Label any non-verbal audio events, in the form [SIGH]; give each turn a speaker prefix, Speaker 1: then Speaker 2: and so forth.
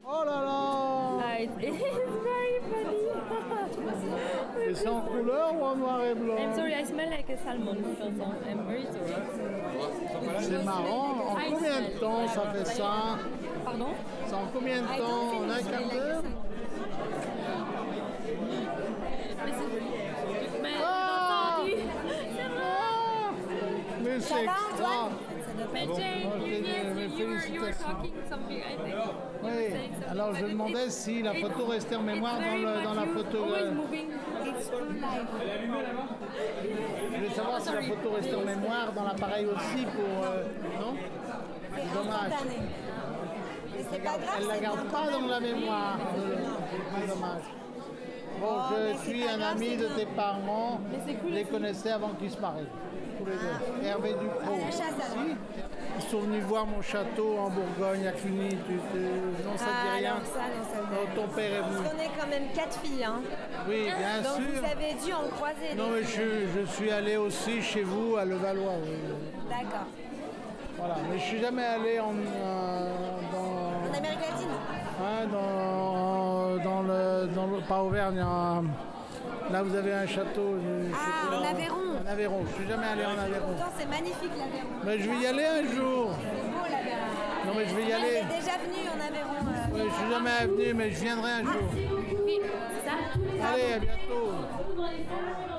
Speaker 1: [LAUGHS] it is very funny. [LAUGHS]
Speaker 2: Et c'est en couleur ou en noir et blanc
Speaker 1: I'm sorry, I smell like a salmon. Vincent. I'm very sorry.
Speaker 2: C'est marrant. En combien de temps ça fait ça
Speaker 1: Pardon
Speaker 2: C'est en combien de temps En un quart d'heure
Speaker 1: Mais
Speaker 2: Ah
Speaker 1: entendu.
Speaker 2: Ah Mais c'est extra
Speaker 1: Mais
Speaker 2: moi,
Speaker 1: Jane,
Speaker 2: je
Speaker 1: you,
Speaker 2: les-
Speaker 1: yes,
Speaker 2: mes
Speaker 1: you, you were, you were
Speaker 2: félicitations.
Speaker 1: talking something, I think. You were
Speaker 2: Oui.
Speaker 1: saying something,
Speaker 2: Alors je
Speaker 1: but
Speaker 2: demandais
Speaker 1: it's-
Speaker 2: si la
Speaker 1: it's-
Speaker 2: photo restait en
Speaker 1: it's
Speaker 2: mémoire dans,
Speaker 1: very
Speaker 2: le- dans la
Speaker 1: much you-
Speaker 2: photo.
Speaker 1: always
Speaker 2: euh,
Speaker 1: moving.
Speaker 3: It's true life.
Speaker 2: Je voulais savoir si la photo restait en mémoire dans l'appareil aussi pour. euh, non
Speaker 3: C'est
Speaker 2: Dommage.
Speaker 3: instantané. Mais c'est pas grave.
Speaker 2: Elle la
Speaker 3: c'est
Speaker 2: garde
Speaker 3: bien
Speaker 2: pas
Speaker 3: quand
Speaker 2: dans
Speaker 3: même.
Speaker 2: la mémoire. euh, c'est Dommage. Bon,
Speaker 3: Oh, mais
Speaker 2: je
Speaker 3: c'est
Speaker 2: suis
Speaker 3: pas
Speaker 2: un
Speaker 3: grave,
Speaker 2: ami
Speaker 3: c'est
Speaker 2: de
Speaker 3: bien.
Speaker 2: tes parents.
Speaker 1: c'est
Speaker 2: Je
Speaker 1: cool
Speaker 2: les
Speaker 1: aussi.
Speaker 2: connaissais avant qu'ils se marient. Tous les deux. Hervé Dupro.
Speaker 3: À Ah. la chasse, alors.
Speaker 2: Si. Ils sont venus voir mon château en Bourgogne, à Cluny. Tu, tu- Non, ça ne
Speaker 3: Ah,
Speaker 2: dit rien.
Speaker 3: alors ça, non, ça me dit
Speaker 2: Non,
Speaker 3: rien.
Speaker 2: ton père est venu.
Speaker 3: Parce qu'on est quand même quatre filles. Hein.
Speaker 2: Oui, bien
Speaker 3: Donc
Speaker 2: sûr.
Speaker 3: vous avez dû en croiser.
Speaker 2: Non,
Speaker 3: des
Speaker 2: mais
Speaker 3: filles.
Speaker 2: je, je suis allé aussi chez vous à Levallois. oui.
Speaker 3: D'accord.
Speaker 2: Voilà, mais je suis jamais allé en, euh, dans,
Speaker 3: En Amérique latine
Speaker 2: hein, dans, dans le, dans le- pas Auvergne. en- là, vous avez un château. je- je sais
Speaker 3: Ah,
Speaker 2: plus,
Speaker 3: en
Speaker 2: là,
Speaker 3: Aveyron.
Speaker 2: En Aveyron. Je suis jamais allé en Aveyron.
Speaker 3: Pourtant, c'est magnifique l'Aveyron.
Speaker 2: Mais je vais y aller un jour.
Speaker 3: C'est beau l'Aveyron.
Speaker 2: Non, mais je vais y
Speaker 3: On
Speaker 2: aller.
Speaker 3: est déjà venu en Aveyron. euh.
Speaker 2: Ouais, je suis jamais venu, mais je viendrai un jour.
Speaker 1: Oui, c'est ça.
Speaker 2: Allez, à bientôt.
Speaker 1: Pardon.